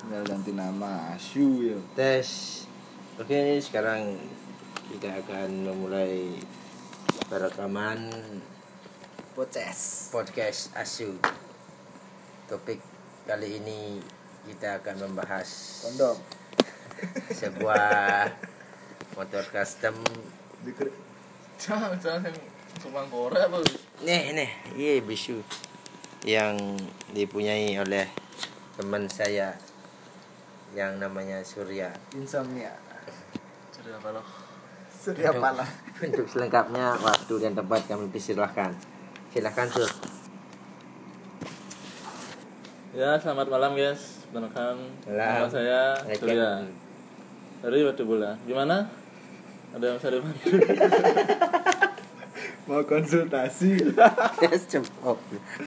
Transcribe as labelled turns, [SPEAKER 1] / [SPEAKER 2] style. [SPEAKER 1] tinggal ganti nama Asyu ya
[SPEAKER 2] tes oke sekarang kita akan memulai perekaman
[SPEAKER 3] Poces.
[SPEAKER 2] podcast asu topik kali ini kita akan membahas
[SPEAKER 1] kondom
[SPEAKER 2] sebuah motor custom
[SPEAKER 1] Diker-
[SPEAKER 3] Jangan jangan tukang korek apa?
[SPEAKER 2] nih nih iya bisu yang dipunyai oleh teman saya yang namanya Surya
[SPEAKER 1] insomnia
[SPEAKER 3] Ceria apa lo?
[SPEAKER 1] surya pala
[SPEAKER 2] Untuk selengkapnya waktu dan tempat kami persilahkan. Silahkan sur.
[SPEAKER 3] Ya selamat malam guys, perkenalkan
[SPEAKER 2] Malam.
[SPEAKER 3] nama saya
[SPEAKER 2] Ngecek.
[SPEAKER 3] Ah, Surya dari Batu Bola. Gimana? Ada yang bisa dibantu?
[SPEAKER 1] mau konsultasi
[SPEAKER 2] Yes, cem- oh.